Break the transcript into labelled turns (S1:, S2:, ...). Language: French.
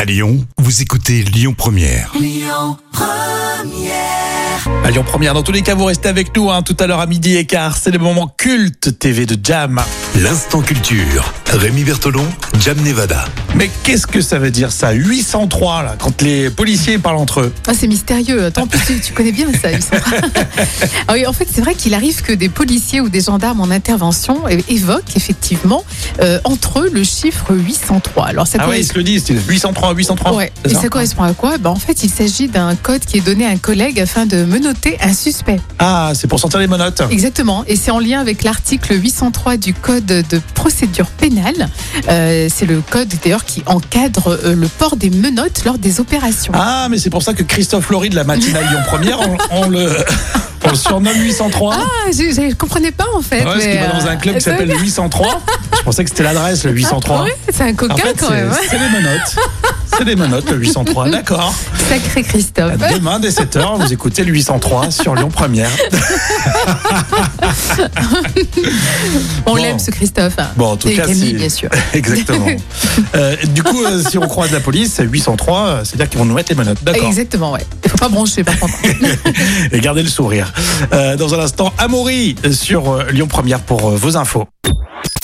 S1: À Lyon, vous écoutez Lyon Première.
S2: À Lyon Première, dans tous les cas, vous restez avec nous hein, tout à l'heure à midi et quart. C'est le moment culte TV de Jam.
S1: L'instant culture. Rémi Bertolon, Jam Nevada.
S2: Mais qu'est-ce que ça veut dire ça 803 là, quand les policiers parlent entre eux.
S3: Ah, c'est mystérieux. Attends, tu, tu connais bien ça, Alexandra. ah oui, en fait, c'est vrai qu'il arrive que des policiers ou des gendarmes en intervention é- évoquent effectivement euh, entre eux le chiffre 803. Alors ça
S2: Ah ouais, ils
S3: correspond.
S2: se le disent, c'est 803, 803.
S3: Ouais.
S2: c'est
S3: Et
S2: ça
S3: ça correspond à quoi ben, En fait, il s'agit d'un code qui est donné à un collègue afin de menoter un suspect.
S2: Ah, c'est pour sortir les monotes.
S3: Exactement. Et c'est en lien avec l'article 803 du Code de procédure pénale. Euh, c'est le code d'ailleurs qui encadre euh, le port des menottes lors des opérations.
S2: Ah, mais c'est pour ça que Christophe Laurie de la matinale Lyon Première, on, on le, on le surnomme 803.
S3: Ah, j'ai- j'ai- je ne comprenais pas en fait.
S2: Ouais, parce
S3: mais,
S2: qu'il va dans
S3: euh,
S2: un club qui
S3: ça-
S2: s'appelle le 803. Je pensais que c'était l'adresse, le 803.
S3: Ah, ouais, c'est un coquin
S2: en fait,
S3: quand
S2: c'est-
S3: même. hein.
S2: c'est les monotes. C'est les monotes, le 803. D'accord.
S3: hein. Sacré Christophe.
S2: Bah, Demain, dès 7h, vous écoutez le 803 sur Lyon Première.
S3: On
S2: Bon.
S3: l'aime ce Christophe. hein.
S2: Bon, en tout
S3: Et
S2: cas,
S3: Camille,
S2: c'est-
S3: bien sûr.
S2: Exactement. Euh, du coup, euh, si on croise la police, 803, euh, c'est-à-dire qu'ils vont nous mettre les menottes. D'accord.
S3: Exactement, ouais. Il faut pas broncher par contre.
S2: Et gardez le sourire. Euh, dans un instant, Amaury sur euh, Lyon Première pour euh, vos infos.